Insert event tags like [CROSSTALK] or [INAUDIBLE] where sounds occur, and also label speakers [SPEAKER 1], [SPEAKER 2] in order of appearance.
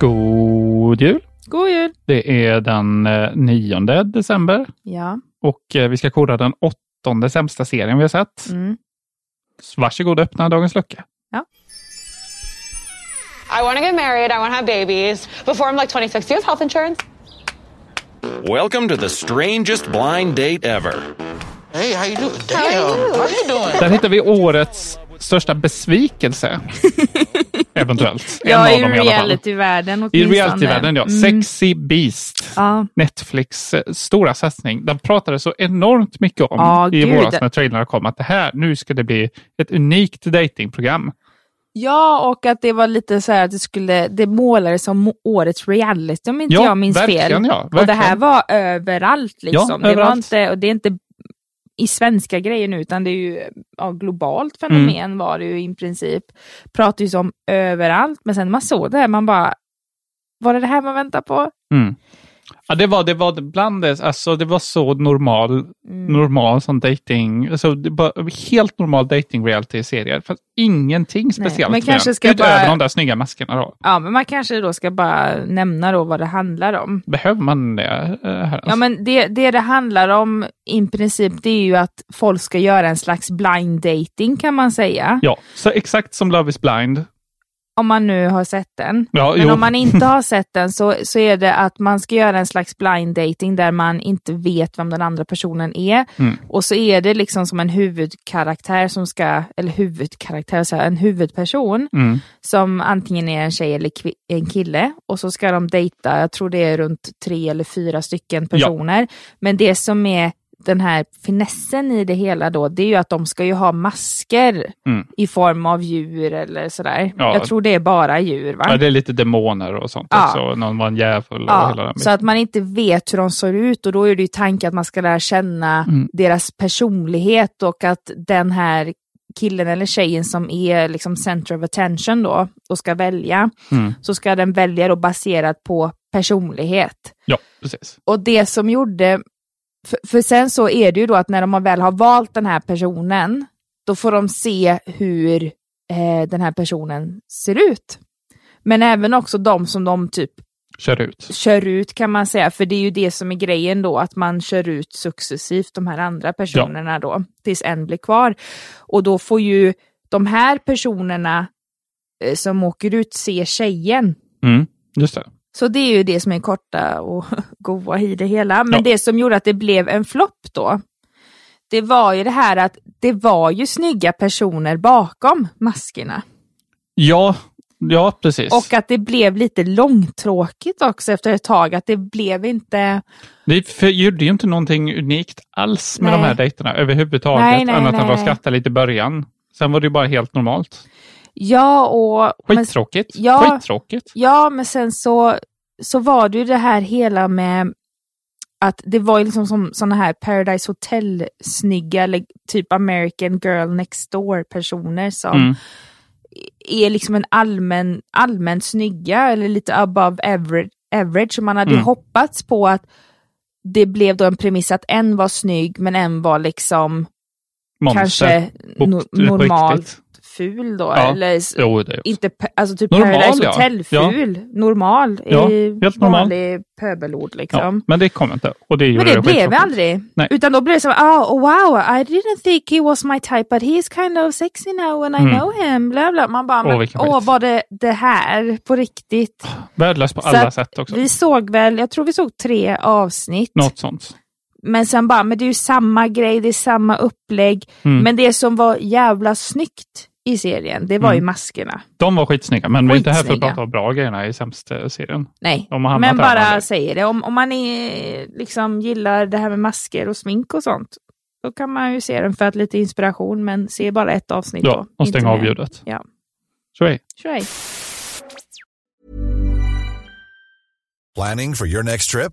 [SPEAKER 1] God jul!
[SPEAKER 2] God jul!
[SPEAKER 1] Det är den eh, 9 december
[SPEAKER 2] Ja.
[SPEAKER 1] och eh, vi ska koda den åttonde sämsta serien vi har sett.
[SPEAKER 2] Mm.
[SPEAKER 1] Varsågod och öppna dagens lucka.
[SPEAKER 3] I want to get married. I want to have babies before I'm like 26. Do you have health insurance?
[SPEAKER 4] Welcome to the strangest blind date ever.
[SPEAKER 5] Hey, how you doing? Damn, how you doing?
[SPEAKER 1] Där hittar vi årets största
[SPEAKER 2] [LAUGHS]
[SPEAKER 1] besvikelse. Eventuellt.
[SPEAKER 2] Jag är
[SPEAKER 1] i
[SPEAKER 2] i
[SPEAKER 1] alla fall.
[SPEAKER 2] realityvärlden
[SPEAKER 1] I
[SPEAKER 2] åtminstone. Mm.
[SPEAKER 1] reality-världen, ja. Sexy Beast.
[SPEAKER 2] Ja.
[SPEAKER 1] Netflix eh, stora satsning. Den pratade så enormt mycket om
[SPEAKER 2] Ja,
[SPEAKER 1] i
[SPEAKER 2] gud.
[SPEAKER 1] våras när trailrarna kom att det här, nu ska det bli ett unikt datingprogram.
[SPEAKER 2] Ja, och att det var lite så här att det skulle, det målades som må- årets reality om inte
[SPEAKER 1] Ja,
[SPEAKER 2] jag minns
[SPEAKER 1] verkligen,
[SPEAKER 2] fel.
[SPEAKER 1] ja,
[SPEAKER 2] och det här
[SPEAKER 1] verkligen.
[SPEAKER 2] var överallt liksom.
[SPEAKER 1] Ja,
[SPEAKER 2] det var
[SPEAKER 1] överallt.
[SPEAKER 2] inte, och det är inte i svenska grejer nu utan det är ju ja, globalt fenomen
[SPEAKER 1] Mm.
[SPEAKER 2] var det ju i princip. Pratar ju som överallt, men sen när man såg det här man bara, var det det här man väntar på?
[SPEAKER 1] Mm. Ja, det var, det var bland det, alltså det var så normal,
[SPEAKER 2] Mm.
[SPEAKER 1] normal som dating, alltså det var helt normal dating reality-serier. Det fanns ingenting speciellt
[SPEAKER 2] men
[SPEAKER 1] med
[SPEAKER 2] kanske
[SPEAKER 1] den,
[SPEAKER 2] ska jag
[SPEAKER 1] utöver
[SPEAKER 2] bara-
[SPEAKER 1] de där snygga maskerna då.
[SPEAKER 2] Ja, men man kanske då ska bara nämna då vad det handlar om.
[SPEAKER 1] Behöver man det eh, här?
[SPEAKER 2] Ja, men det, det det handlar om i princip det är ju att folk ska göra en slags blind dating kan man säga.
[SPEAKER 1] ja, så exakt som Love is blind.
[SPEAKER 2] Om man nu har sett den.
[SPEAKER 1] Ja,
[SPEAKER 2] Men
[SPEAKER 1] jo.
[SPEAKER 2] om man inte har sett den så, så är det att man ska göra en slags blind dating där man inte vet vem den andra personen är.
[SPEAKER 1] Mm.
[SPEAKER 2] Och så är det liksom som en huvudkaraktär som ska, eller huvudkaraktär, så här, en huvudperson
[SPEAKER 1] Mm.
[SPEAKER 2] som antingen är en tjej eller kvi- en kille och så ska de dejta, jag tror det är runt tre eller fyra stycken personer. Men det som är den här finessen i det hela då, det är ju att de ska ju ha masker
[SPEAKER 1] Mm.
[SPEAKER 2] i form av djur eller sådär.
[SPEAKER 1] Ja.
[SPEAKER 2] Jag tror det är bara djur va?
[SPEAKER 1] Ja, det är lite demoner och sånt
[SPEAKER 2] Ja.
[SPEAKER 1] också. Någon var en djävul och hela den
[SPEAKER 2] så att man inte vet hur de ser ut och då är det ju tanken att man ska lära känna
[SPEAKER 1] Mm.
[SPEAKER 2] deras personlighet och att den här killen eller tjejen som är liksom center of attention då och ska välja,
[SPEAKER 1] Mm.
[SPEAKER 2] så ska den välja då baserat på personlighet.
[SPEAKER 1] Ja, precis.
[SPEAKER 2] Och det som gjorde, för, för sen så är det ju då att när de väl har valt den här personen, då får de se hur eh, den här personen ser ut. Men även också de som de typ
[SPEAKER 1] Kör ut.
[SPEAKER 2] kör ut kan man säga, för det är ju det som är grejen då, att man kör ut successivt de här andra personerna då, tills en blir kvar. Och då får ju de här personerna eh, som åker ut se tjejen.
[SPEAKER 1] Mm, just det.
[SPEAKER 2] Så det är ju det som är korta och [LAUGHS] goa i det hela. Men
[SPEAKER 1] Ja.
[SPEAKER 2] det som gjorde att det blev en flopp då, det var ju det här att det var ju snygga personer bakom maskerna.
[SPEAKER 1] Ja, ja precis.
[SPEAKER 2] Och att det blev lite långtråkigt också efter ett tag, att det blev inte...
[SPEAKER 1] Det för- gjorde ju inte någonting unikt alls med
[SPEAKER 2] Nej.
[SPEAKER 1] de här dejterna överhuvudtaget,
[SPEAKER 2] Nej, nej,
[SPEAKER 1] annat än att
[SPEAKER 2] nej.
[SPEAKER 1] skratta lite i början. Sen var det ju bara helt normalt.
[SPEAKER 2] Ja, och... men-
[SPEAKER 1] Skittråkigt.
[SPEAKER 2] ja.
[SPEAKER 1] Skittråkigt.
[SPEAKER 2] Ja, men sen så, så var det ju det här hela med att det var ju liksom som sådana här Paradise Hotel-snygga eller typ American Girl Next Door-personer som
[SPEAKER 1] Mm.
[SPEAKER 2] är liksom en allmän, allmänt snygga eller lite above average. average. Så Man hade ju
[SPEAKER 1] Mm.
[SPEAKER 2] hoppats på att det blev då en premiss att en var snygg men en var liksom
[SPEAKER 1] Monster.
[SPEAKER 2] kanske no-
[SPEAKER 1] på
[SPEAKER 2] normalt
[SPEAKER 1] eh, riktigt.
[SPEAKER 2] ful då.
[SPEAKER 1] Ja.
[SPEAKER 2] Eller s-
[SPEAKER 1] Jo, det är
[SPEAKER 2] inte, pe- alltså typ
[SPEAKER 1] Normal,
[SPEAKER 2] Paradise
[SPEAKER 1] ja.
[SPEAKER 2] Hotel-ful. Normal.
[SPEAKER 1] Ja,
[SPEAKER 2] i
[SPEAKER 1] helt normal.
[SPEAKER 2] Vanlig pöbelord
[SPEAKER 1] ja,
[SPEAKER 2] liksom.
[SPEAKER 1] men det kom inte. Och det
[SPEAKER 2] Men
[SPEAKER 1] gjorde
[SPEAKER 2] det blev
[SPEAKER 1] skittråkigt.
[SPEAKER 2] aldrig.
[SPEAKER 1] Nej.
[SPEAKER 2] Utan då blev det som, oh, wow, I didn't think he was my type, but he's kind of sexy now and I
[SPEAKER 1] Mm.
[SPEAKER 2] know him. Bla, bla. Man bara,
[SPEAKER 1] Åh,
[SPEAKER 2] men,
[SPEAKER 1] vilken
[SPEAKER 2] åh,
[SPEAKER 1] skit.
[SPEAKER 2] var det det här på riktigt?
[SPEAKER 1] Värdelöst på
[SPEAKER 2] Så
[SPEAKER 1] alla
[SPEAKER 2] att
[SPEAKER 1] sätt också.
[SPEAKER 2] Vi såg väl, jag tror vi såg tre avsnitt.
[SPEAKER 1] Något sånt.
[SPEAKER 2] Men sen bara, men det är ju samma grej, det är samma upplägg.
[SPEAKER 1] Mm.
[SPEAKER 2] Men det som var jävla snyggt i serien, det var ju maskerna.
[SPEAKER 1] De var skitsnygga, men vi är inte här för att
[SPEAKER 2] Skitsnygga.
[SPEAKER 1] prata om bra grejerna i sämsta serien.
[SPEAKER 2] Nej,
[SPEAKER 1] De har hamnat
[SPEAKER 2] men
[SPEAKER 1] där,
[SPEAKER 2] bara
[SPEAKER 1] Amanda.
[SPEAKER 2] säger det. Om, om man är, liksom gillar det här med masker och smink och sånt, då kan man ju se den för att lite inspiration, men se bara ett avsnitt
[SPEAKER 1] Ja,
[SPEAKER 2] då.
[SPEAKER 1] och
[SPEAKER 2] inte
[SPEAKER 1] stäng av
[SPEAKER 2] mer.
[SPEAKER 1] ljudet.
[SPEAKER 2] Ja,
[SPEAKER 1] Så är det.
[SPEAKER 2] try.
[SPEAKER 6] Planning for your next trip?